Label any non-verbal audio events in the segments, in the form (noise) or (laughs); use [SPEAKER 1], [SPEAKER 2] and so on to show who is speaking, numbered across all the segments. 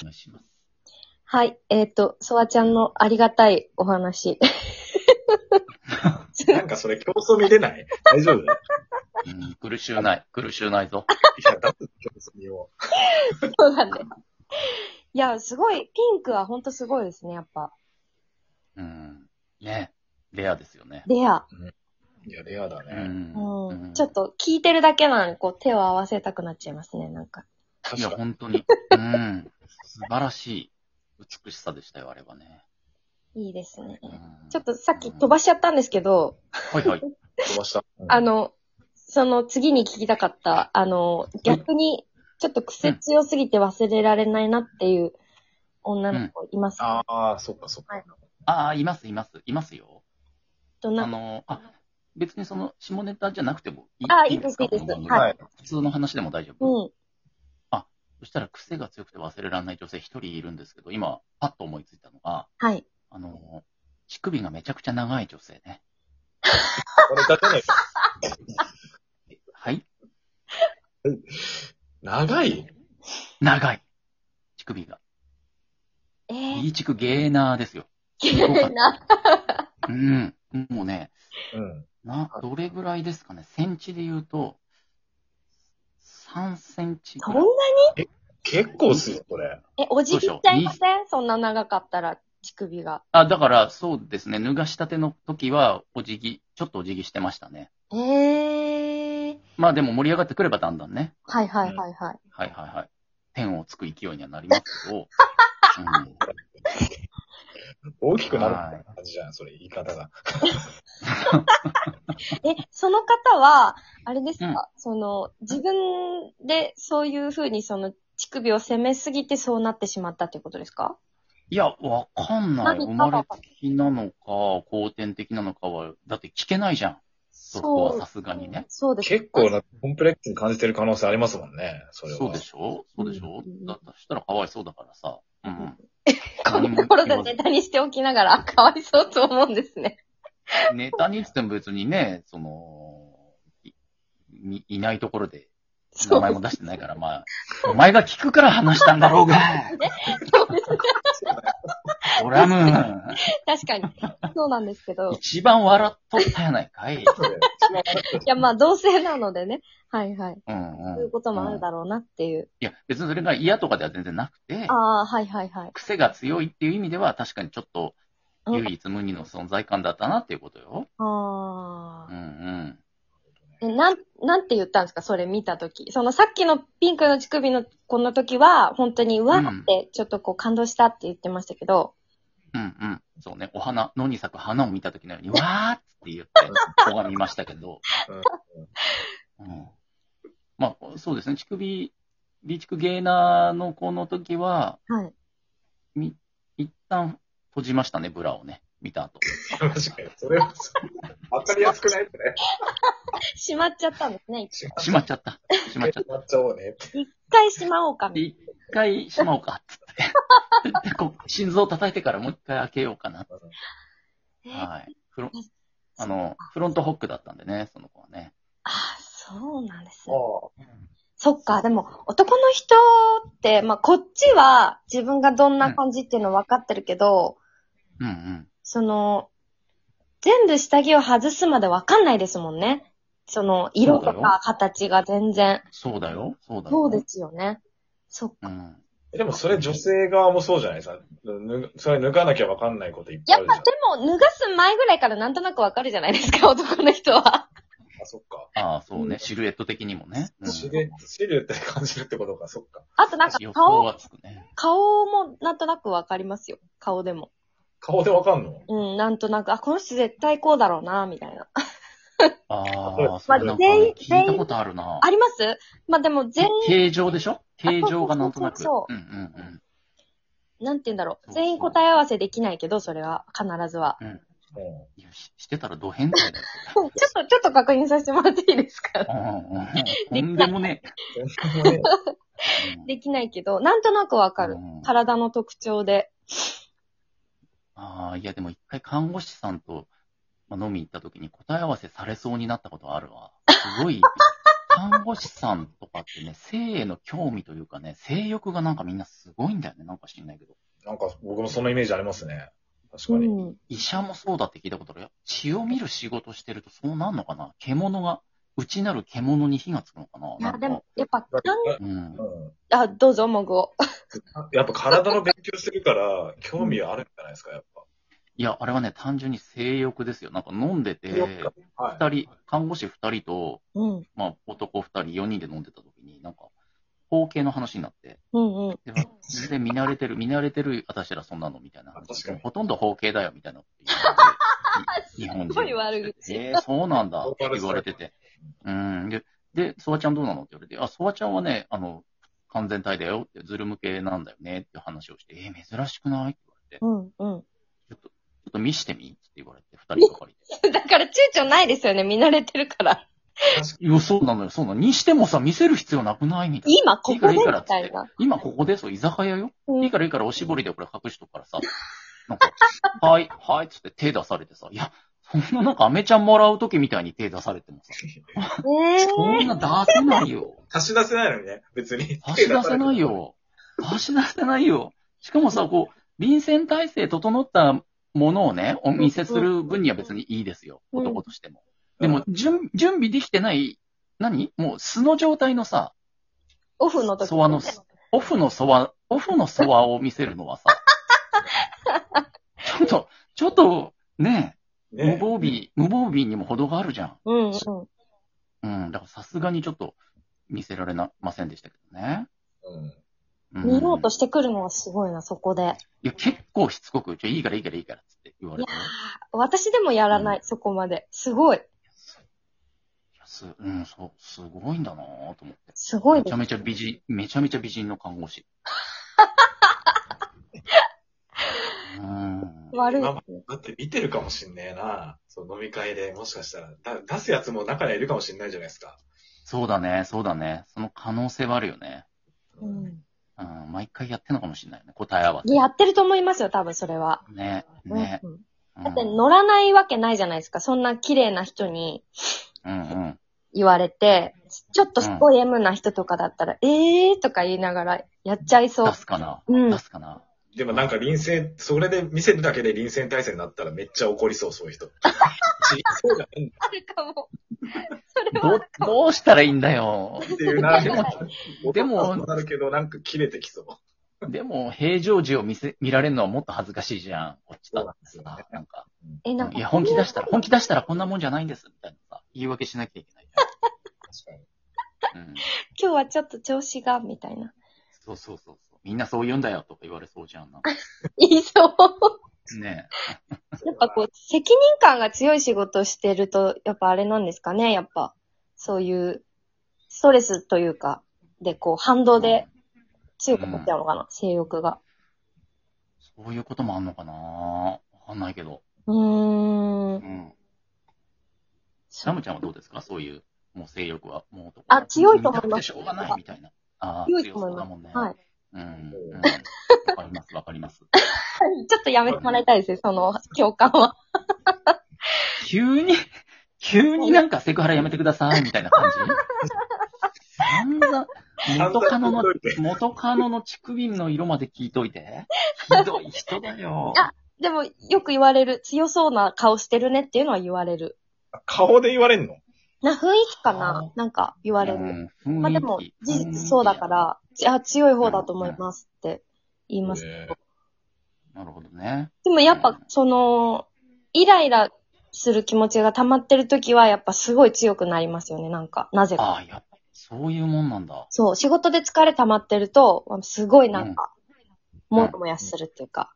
[SPEAKER 1] お願いします。
[SPEAKER 2] はい。えっ、と、ソワちゃんのありがたいお話。 (laughs)
[SPEAKER 3] (laughs) なんかそれ競争見れない大丈夫い
[SPEAKER 1] うん、苦しゅうない。苦しゅうないぞ。
[SPEAKER 3] や、だって競争見よ
[SPEAKER 2] そうだね。いや、すごい、ピンクはほんとすごいですね、やっぱ。
[SPEAKER 1] うん。ね。レアですよね。
[SPEAKER 2] レア。
[SPEAKER 3] う。いや、レアだ
[SPEAKER 1] う
[SPEAKER 3] ね。
[SPEAKER 1] ん。
[SPEAKER 2] うん。ちょっと聞いてるだけなのに、こう手を合わせたくなっちゃいますね、なんか。
[SPEAKER 1] いや、
[SPEAKER 3] 確かに。
[SPEAKER 1] 本当に。うん。素晴らしい美しさでしたよ、あれはね。
[SPEAKER 2] いいですね。
[SPEAKER 1] うん
[SPEAKER 2] ちょっとさっき飛ばしちゃったんですけど、
[SPEAKER 1] はいはい。
[SPEAKER 3] 飛ばした。
[SPEAKER 2] あの、その次に聞きたかった、あの、逆に、ちょっと癖強すぎて忘れられないなっていう女の子いますか、
[SPEAKER 3] ああ、そっかそっか。
[SPEAKER 2] はい
[SPEAKER 1] ああ、います、います、いますよ。
[SPEAKER 2] どん
[SPEAKER 1] あ
[SPEAKER 2] な、
[SPEAKER 1] の、あ、別にその、下ネタじゃなくてもいい
[SPEAKER 2] あ
[SPEAKER 1] いいですか
[SPEAKER 2] いいですいいです
[SPEAKER 1] この
[SPEAKER 2] はい
[SPEAKER 1] 普通の話でも大丈夫。
[SPEAKER 2] うん。
[SPEAKER 1] そしたら、癖が強くて忘れられない女性一人いるんですけど、今、パッと思いついたのが、
[SPEAKER 2] はい。
[SPEAKER 1] あの、乳首がめちゃくちゃ長い女性ね。
[SPEAKER 3] これだけね、
[SPEAKER 1] はい
[SPEAKER 3] 長い
[SPEAKER 1] 長い。乳首が。
[SPEAKER 2] え
[SPEAKER 1] ビ
[SPEAKER 2] ー、
[SPEAKER 1] ーチクゲーナーですよ。
[SPEAKER 2] 綺麗 (laughs) な。
[SPEAKER 1] うん。もうね、
[SPEAKER 3] うん。
[SPEAKER 1] な、どれぐらいですかね。センチで言うと、3センチ
[SPEAKER 2] そ
[SPEAKER 1] ぐら。
[SPEAKER 2] んない
[SPEAKER 3] 結構する、これ。
[SPEAKER 2] え、おじぎっちゃいませんそんな長かったら、乳首が。
[SPEAKER 1] あ、だから、そうですね。脱がしたての時は、お辞儀、ちょっとお辞儀してましたね。
[SPEAKER 2] えー。
[SPEAKER 1] まあでも盛り上がってくればだんだんね。
[SPEAKER 2] はいはいはいはい。
[SPEAKER 1] はいはいはい。天をつく勢いにはなりますけど。うん
[SPEAKER 3] 大きくなるみたいな感じじゃん、それ、言い方が。
[SPEAKER 2] え、その方は、あれですか、
[SPEAKER 1] うん
[SPEAKER 2] その、自分でそういう風にその、乳首を攻めすぎてそうなってしまったっていうことですか
[SPEAKER 1] いや、わかんない。
[SPEAKER 2] 何
[SPEAKER 1] 生まれつきなのか、後天的なのかは、だって聞けないじゃん。そこはさすがにね。
[SPEAKER 2] そうです。
[SPEAKER 3] 結構な、コンプレックスに感じてる可能性ありますもんね、それは。
[SPEAKER 1] そうでしょそうでしょ、
[SPEAKER 2] うん
[SPEAKER 1] だとしたらかわいそうだからさ。うん。
[SPEAKER 2] (laughs) こんなところでネタにしておきながら、かわいそうと思うんですね。
[SPEAKER 1] ネタに言っても別にね、その、いいいないところで名前も出してないから、まあ、お前が聞くから話したんだ
[SPEAKER 2] (laughs)
[SPEAKER 1] ろうが、ドラム、
[SPEAKER 2] 確かに。そうなんですけど。い
[SPEAKER 1] 一番笑っとったやないかい。
[SPEAKER 2] や、まあ、同性なのでね。はいはい。
[SPEAKER 1] うん
[SPEAKER 2] そううい
[SPEAKER 1] ん。
[SPEAKER 2] うこともあるだろうなっていう。
[SPEAKER 1] いや、別にそれが嫌とかでは全然なくて、
[SPEAKER 2] ああ、はいはいはい。
[SPEAKER 1] 癖が強いっていう意味では、確かにちょっと
[SPEAKER 2] うん、
[SPEAKER 1] 唯一無二の存在感だったなっていうことよ。
[SPEAKER 2] あ
[SPEAKER 1] う
[SPEAKER 2] あ。
[SPEAKER 1] んうん。
[SPEAKER 2] え、なん、なんて言ったんですかそれ見たとき。そのさっきのピンクの乳首のこの時は、本当に、うわ
[SPEAKER 1] うん
[SPEAKER 2] ーって、ちょっとこう感動したって言ってましたけど、
[SPEAKER 1] うんうん。そうね。お花、野に咲く花を見た時のように、わーって (laughs) 言って、拝みましたけど。うん。まあ、そうですね。乳首、ビーチクゲーナーの子の時は、
[SPEAKER 2] はい。
[SPEAKER 1] み、一旦閉じましたね、ブラをね。見 (laughs) た後。
[SPEAKER 3] 確かに。それは、わかりやすくないですね。
[SPEAKER 2] しまっちゃったんですね。
[SPEAKER 1] しまっちゃった。しまっちゃっ
[SPEAKER 3] やっちゃおうね。
[SPEAKER 2] 一回しまおうか
[SPEAKER 1] た。で、
[SPEAKER 2] み
[SPEAKER 1] 一回しまおうか、つ (laughs) って。でこう心臓叩いてからもう一回開けようかな。
[SPEAKER 2] たいな。えー
[SPEAKER 1] はい。フロン、あの、フロントホックだったんでね、その子はね。
[SPEAKER 2] ああ、そうなんですね。
[SPEAKER 3] あ
[SPEAKER 2] そっか、でも男の人って、まあこっちは自分がどんな感じっていうの分かってるけど、
[SPEAKER 1] うんうん。
[SPEAKER 2] その、全部下着を外すまで分かんないですもんね。その、色と
[SPEAKER 1] そうだ
[SPEAKER 2] か形が全然。
[SPEAKER 1] そうだよ。そうだよ。
[SPEAKER 2] そうですよね。そっか。
[SPEAKER 1] うん。
[SPEAKER 3] あ。でもそれ女性側もそうじゃないですか。ぬそれ脱がなきゃわかんないこといっぱ
[SPEAKER 2] や
[SPEAKER 3] いあ
[SPEAKER 2] っ
[SPEAKER 3] るじゃ
[SPEAKER 2] ぱ
[SPEAKER 3] ん。
[SPEAKER 2] でも、脱がす前ぐらいからなんとなく分かるじゃないですか、 (laughs) 男の人は。
[SPEAKER 3] あ、そっか。
[SPEAKER 1] ああ、そう
[SPEAKER 2] うん
[SPEAKER 1] ね。シルエット的にもね。うん、
[SPEAKER 3] シルエット、シルエットで感じるってことか、そっか。
[SPEAKER 2] あとなんか
[SPEAKER 1] 予想
[SPEAKER 2] 顔、
[SPEAKER 1] はつくね。
[SPEAKER 2] 顔もなんとなく分かりますよ。顔でも。
[SPEAKER 3] 顔でわかんの
[SPEAKER 2] うん、なんとなく、あ、この人絶対こうだろうな、みたいな。
[SPEAKER 1] あ
[SPEAKER 3] ま
[SPEAKER 1] あ、
[SPEAKER 3] あ
[SPEAKER 1] それなんか
[SPEAKER 2] 全員
[SPEAKER 1] ね聞いたことあるな
[SPEAKER 2] あ。りますまあ、でも全員、
[SPEAKER 1] 形状でしょ形状がなんとなく。。
[SPEAKER 2] そう
[SPEAKER 1] んうん
[SPEAKER 2] なんて言うんだろ。
[SPEAKER 1] そうう
[SPEAKER 2] 全員答え合わせできないけど、それは、必ずは。
[SPEAKER 3] も
[SPEAKER 1] うん。いや、ししてたらド変態だよ。
[SPEAKER 2] ちょっと、ちょっと確認させてもらっていいですか (laughs)
[SPEAKER 1] うんうんうん。とんでもね
[SPEAKER 3] う、
[SPEAKER 1] (laughs)
[SPEAKER 3] ね、
[SPEAKER 1] え。うん
[SPEAKER 2] できないけど、なんとなくわかる
[SPEAKER 1] うん。
[SPEAKER 2] 体の特徴で。
[SPEAKER 1] ああ、いやでも一回看護師さん
[SPEAKER 2] (laughs)
[SPEAKER 1] とまあ飲み行った時に答え合わせされそうになったことあるわ。すごい看護師さんとかってね、性への興味というかね、性欲がなんかみんなすごいんだよね。なんか知んないけど。
[SPEAKER 3] なんか僕もそのイメージありますね。確かに。
[SPEAKER 2] うん。
[SPEAKER 1] 医者もそうだって聞いたことあるよ。血を見る仕事してるとそうなんのかな獣が、内なる獣に火がつくのかないな
[SPEAKER 2] や、
[SPEAKER 1] ん
[SPEAKER 2] で
[SPEAKER 1] か
[SPEAKER 2] も、、やっぱ、
[SPEAKER 3] だ
[SPEAKER 2] 看
[SPEAKER 1] うん。
[SPEAKER 3] うん
[SPEAKER 2] あ、どうぞ、もぐを。
[SPEAKER 3] やっぱ体の勉強してるから、興味あるんじゃないですか、やっぱ。
[SPEAKER 1] いや、あれはね、単純に性欲ですよ。なんか飲んでて、
[SPEAKER 3] はい。
[SPEAKER 1] 二人、看護師二人と、
[SPEAKER 2] うん。
[SPEAKER 1] まあ、男2人、4人で飲んでた時に、なんか、包茎の話になって、
[SPEAKER 2] うんうん。
[SPEAKER 1] で全然見慣れてる、見慣れてる、私らそんなのみたいな話
[SPEAKER 3] 確かに
[SPEAKER 1] ほとんど包茎だよ、みたいなこと言って。い日本
[SPEAKER 2] すごい
[SPEAKER 1] 人。
[SPEAKER 2] 悪口。
[SPEAKER 1] えー、そうなんだ
[SPEAKER 3] ボ
[SPEAKER 1] っ
[SPEAKER 3] ーカ
[SPEAKER 1] て
[SPEAKER 3] ル
[SPEAKER 1] 言われてて。うん。で、で、ソワちゃんどうなのって言われて、あ、ソワちゃんはね、あの、完全体だよって、ズル向けなんだよねって話をして、えー、珍しくないって言われて、
[SPEAKER 2] うんうん。
[SPEAKER 1] ちょっと、ちょっと見してみって言われて、二人がかりで。
[SPEAKER 2] (laughs) だから躊躇ないですよね、見慣れてるから。
[SPEAKER 1] いや、そうなのよ、そうなの。にしてもさ、見せる必要なくないみたいな。
[SPEAKER 2] 今、ここで、み
[SPEAKER 1] いいから
[SPEAKER 2] たいな。
[SPEAKER 1] 今ここでそう、居酒屋よ。
[SPEAKER 2] うん
[SPEAKER 1] いいからいいからおしぼりでこれ隠しとくからさ。なんか、はい、はい、つって手出されてさ。いや、そんななんかアメちゃんもらうときみたいに手出されてもさ。
[SPEAKER 2] え
[SPEAKER 1] そんな出せないよ。
[SPEAKER 3] 足し出せないのにね、別に。
[SPEAKER 1] 差し出せないよ。差し出せないよ。しかもさ、こう、臨戦態勢整ったものをね、お見せする分には別にいいですよ。
[SPEAKER 2] うん
[SPEAKER 1] 男としても。
[SPEAKER 3] う
[SPEAKER 1] で
[SPEAKER 3] ん
[SPEAKER 1] も、準準備できてない、何もう素の状態のさ、
[SPEAKER 2] オフの時。
[SPEAKER 1] ソワの、オフのソワ、オフのソワを見せるのはさ、
[SPEAKER 2] (laughs)
[SPEAKER 1] ちょっと、ちょっと、ねえ、無
[SPEAKER 3] ね。
[SPEAKER 1] 防備、無防備にも程があるじゃ
[SPEAKER 2] うんうん。
[SPEAKER 1] ん。うん、だからさすがにちょっと見せられなませんでしたけどね。う
[SPEAKER 3] うん
[SPEAKER 1] ん、
[SPEAKER 2] 見ようとしてくるのはすごいな、そこで。
[SPEAKER 1] いや、結構しつこく、ちょ、いいからいいからいいからっつって言われてね。
[SPEAKER 2] 私でもやらない、そこまで。すごい。
[SPEAKER 1] いやす、うん、そう、すごいんだなぁと思って。
[SPEAKER 2] すごい
[SPEAKER 1] め
[SPEAKER 2] で
[SPEAKER 1] ち
[SPEAKER 2] す
[SPEAKER 1] ゃ。めちゃ美人、めちゃめちゃ美人の看護
[SPEAKER 2] (laughs)
[SPEAKER 1] 師。うん。
[SPEAKER 2] 悪いですね。
[SPEAKER 3] だって見てるかもしんねえな。そう飲み会でもしかしたらだ。出すやつも中にはいるかもしんないじゃないですか。
[SPEAKER 1] そうだね、そうだね。その可能性はあるよね。
[SPEAKER 2] う。ん。
[SPEAKER 1] うん、毎回やってんのかもしれないよね。答え合わ
[SPEAKER 2] でやってると思いますよ、多分それは。
[SPEAKER 1] せ。ね、
[SPEAKER 2] うん
[SPEAKER 1] ね。
[SPEAKER 2] うん
[SPEAKER 1] うん
[SPEAKER 2] だって乗らないわけないじゃないですか。そんな綺麗な人に
[SPEAKER 1] うんうん。
[SPEAKER 2] 言われて、ちょっとすごい M な人とかだったら、ええーとか言いながらやっちゃいそう
[SPEAKER 1] 出。すかな
[SPEAKER 2] うん
[SPEAKER 1] 出すかな
[SPEAKER 3] でもなんか臨戦、それで見せるだけで臨戦態勢になったらめっちゃ怒りそう、そういう人。そうだね
[SPEAKER 2] あるかも。
[SPEAKER 1] ど、どうしたらいいんだよ。
[SPEAKER 3] っていう
[SPEAKER 2] (laughs)
[SPEAKER 3] な。
[SPEAKER 1] でもでも
[SPEAKER 3] 男はそうなるけどなんか切れてきそう。
[SPEAKER 1] でも、平常時を見せ、見られるのはもっと恥ずかしいじゃん。こっちだって
[SPEAKER 3] そうなんで
[SPEAKER 1] さ
[SPEAKER 3] す
[SPEAKER 1] な
[SPEAKER 3] よね。
[SPEAKER 1] んか、
[SPEAKER 2] え、なんか。
[SPEAKER 1] いや、本気出したら、本気出したらこんなもんじゃないんです、みたいなさ、言い訳しなきゃいけない。
[SPEAKER 3] 確かに。
[SPEAKER 1] うん。
[SPEAKER 2] 今日はちょっと調子が、みたいな。 (laughs)
[SPEAKER 1] そうそうそうそう。みんなそう言うんだよ、とか言われそうじゃん。なんか
[SPEAKER 2] 言いそう。
[SPEAKER 1] ね
[SPEAKER 2] やっぱこう、責任感が強い仕事をしてると、やっぱあれなんですかね、やっぱ。そういう、ストレスというか、で、こう、反動で強くなっちゃうのかな、性欲が。
[SPEAKER 1] そういうこともあんのかなわかんないけど。
[SPEAKER 2] うー。
[SPEAKER 1] うんん。ラムちゃんはどうですかそういう、もう性欲は、もう男
[SPEAKER 2] あ強いと思います
[SPEAKER 1] 見たくてしょうがないみたいな。ああ、
[SPEAKER 2] 強いと思いま
[SPEAKER 1] そう
[SPEAKER 2] す
[SPEAKER 1] だもんね。
[SPEAKER 2] はい。
[SPEAKER 1] うん。うん
[SPEAKER 3] うん
[SPEAKER 1] わかります、わかります。
[SPEAKER 2] ちょっとやめてもらいたいですね、その共感は。
[SPEAKER 1] 急に、急になんかセクハラやめてください、みたいな感じ。散々、元カノの、元カノの乳首の色まで聞いといて。ひどい人だよ。
[SPEAKER 2] あでも、よく言われる、強そうな顔してるねっていうのは言われる。
[SPEAKER 3] 顔で言われんの
[SPEAKER 2] な、雰囲気かな
[SPEAKER 1] あ
[SPEAKER 2] なんか言われる。
[SPEAKER 1] うん
[SPEAKER 2] まあでも
[SPEAKER 1] 雰囲、気
[SPEAKER 2] 事実そうだから、じあ、強い方だと思いますって言います。
[SPEAKER 3] え
[SPEAKER 1] なるほどね。
[SPEAKER 2] でもやっ
[SPEAKER 1] うん
[SPEAKER 2] ぱ、その、イライラする気持ちが溜まってる時は、やっぱすごい強くなりますよね、なんか。なぜか。
[SPEAKER 1] ああ、やっぱりそういうもんなんだ。
[SPEAKER 2] そう、仕事で疲れ溜まってると、すごいなんか、
[SPEAKER 1] うん
[SPEAKER 2] もやもやするっていうか。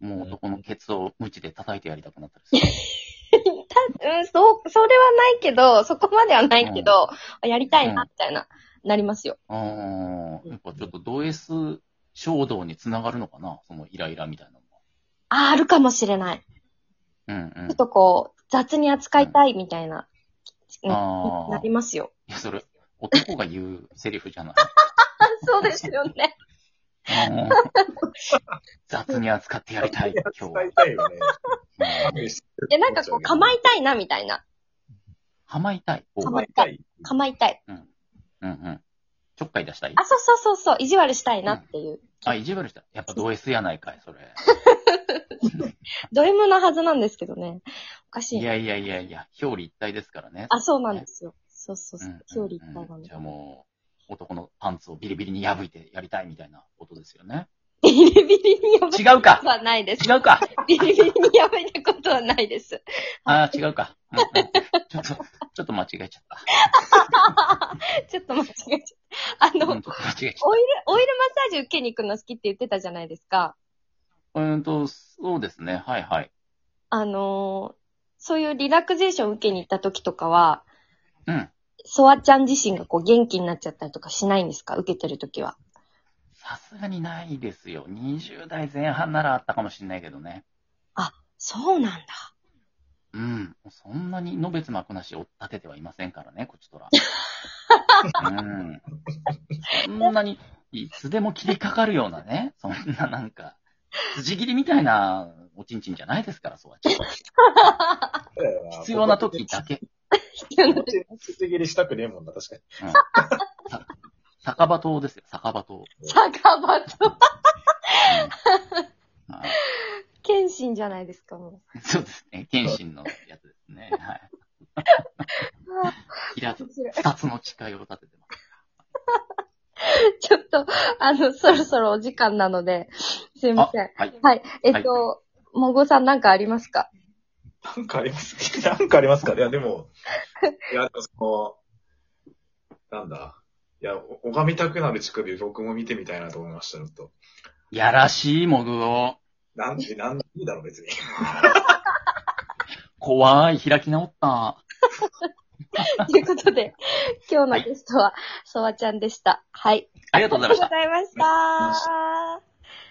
[SPEAKER 1] もう男のケツを無知で叩いてやりたくなったりする。
[SPEAKER 2] うん、そう、それはないけど、そこまではないけど、やりたいな、みたいな、なりますよ。
[SPEAKER 1] ああ、やっぱちょっとド S 衝動につながるのかなそのイライラみたいなの
[SPEAKER 2] あ、あるかもしれない。
[SPEAKER 1] は。うんうん。
[SPEAKER 2] ちょっとこう、雑に扱いたいみたいな、うん
[SPEAKER 1] あー
[SPEAKER 2] なりますよ。
[SPEAKER 1] いや、それ、男が言うセリフじゃない。
[SPEAKER 2] そうですよ
[SPEAKER 1] (laughs)
[SPEAKER 2] ね。
[SPEAKER 1] うん雑に扱ってやり
[SPEAKER 2] (laughs)
[SPEAKER 1] たい、今日は
[SPEAKER 3] 伝え。たいよね。
[SPEAKER 1] うん
[SPEAKER 2] で、なんかこう、構いたいな、みたいな。
[SPEAKER 1] はまいたい。
[SPEAKER 2] 構
[SPEAKER 3] 構
[SPEAKER 2] い
[SPEAKER 3] い
[SPEAKER 2] た
[SPEAKER 3] たい。
[SPEAKER 2] かまいたい。
[SPEAKER 1] うんうん。ちょっかい出したい
[SPEAKER 2] あ、。そうそうそうそう、意地悪したいなっていう。
[SPEAKER 1] あ、意地悪した。やっぱド S やないかい、それ。
[SPEAKER 2] ド M なはずなんですけどね。おかしい
[SPEAKER 1] い
[SPEAKER 2] な。
[SPEAKER 1] やいやいやいや、表裏一体ですからね。
[SPEAKER 2] あ、そうなんですよ。そうそう
[SPEAKER 1] う
[SPEAKER 2] そ
[SPEAKER 1] んうんう
[SPEAKER 2] う。
[SPEAKER 1] ん
[SPEAKER 2] 表裏一体なんで
[SPEAKER 1] じゃあもう、男のパンツをビリビリに破いてやりたいみたいなことですよね。
[SPEAKER 2] ビリビリに破い
[SPEAKER 1] 違う
[SPEAKER 2] たこ
[SPEAKER 1] か
[SPEAKER 2] とはないです。
[SPEAKER 1] 違うか
[SPEAKER 2] ビリビリに破いたことはな
[SPEAKER 1] (laughs)
[SPEAKER 2] いです。
[SPEAKER 1] ああ、違うか、うんうんちょっと、ちょっと間違えちゃった。
[SPEAKER 2] (laughs) ちょっと間違えちゃった。あの、
[SPEAKER 1] うん、ちょっと間違えちゃっ
[SPEAKER 2] オイルマッサージ受けに行くの好きって言ってたじゃないですか。
[SPEAKER 1] た。うーんと、そうですね。はいはい。
[SPEAKER 2] あのーそういうリラクゼーション受けに行った時とかは、
[SPEAKER 1] うん。
[SPEAKER 2] ソワちゃん自身がこう元気になっちゃったりとかしないんですか受けてる時は。
[SPEAKER 1] さすがにないですよ。20代前半ならあったかもしれないけどね。
[SPEAKER 2] そうなんだ。
[SPEAKER 1] うん。そんなに、のべつ幕なし追っ立ててはいませんからね、こちとら。うん。そんなに、いつでも切りかかるようなね、そんななんか、筋切りみたいなおちんちんじゃないですから、そうは。必要な時だけ。
[SPEAKER 3] こっちこっち手切りしたくねえもんな、確かに。
[SPEAKER 1] うん。さ酒場島ですよ、酒場島。うん
[SPEAKER 2] 酒場と、
[SPEAKER 1] はい
[SPEAKER 2] 謙信じゃないですか、も
[SPEAKER 1] そうですね。謙信のやつですね。はい。平
[SPEAKER 2] う
[SPEAKER 1] 戸、。二つの誓いを立ててます。
[SPEAKER 2] (laughs) ちょっと、あの、そろそろお時間なので、すいません。
[SPEAKER 1] はい。
[SPEAKER 2] はい。えっと、もごさんなんかあります
[SPEAKER 1] (laughs)
[SPEAKER 2] か
[SPEAKER 3] なんかありますかなんかありますかいや、でも、いや、その、なんだ。いや、お拝みたくなる乳首、僕も見てみたいなと思いました、ちょっと。
[SPEAKER 1] やらしいモグを。
[SPEAKER 3] なんで、なんでいいだろう、別に。
[SPEAKER 1] 怖い、開き直った。
[SPEAKER 2] ということで、今日のゲストは、そわちゃんでした。はい。
[SPEAKER 1] ありがとうございました。
[SPEAKER 2] ありがとうございました。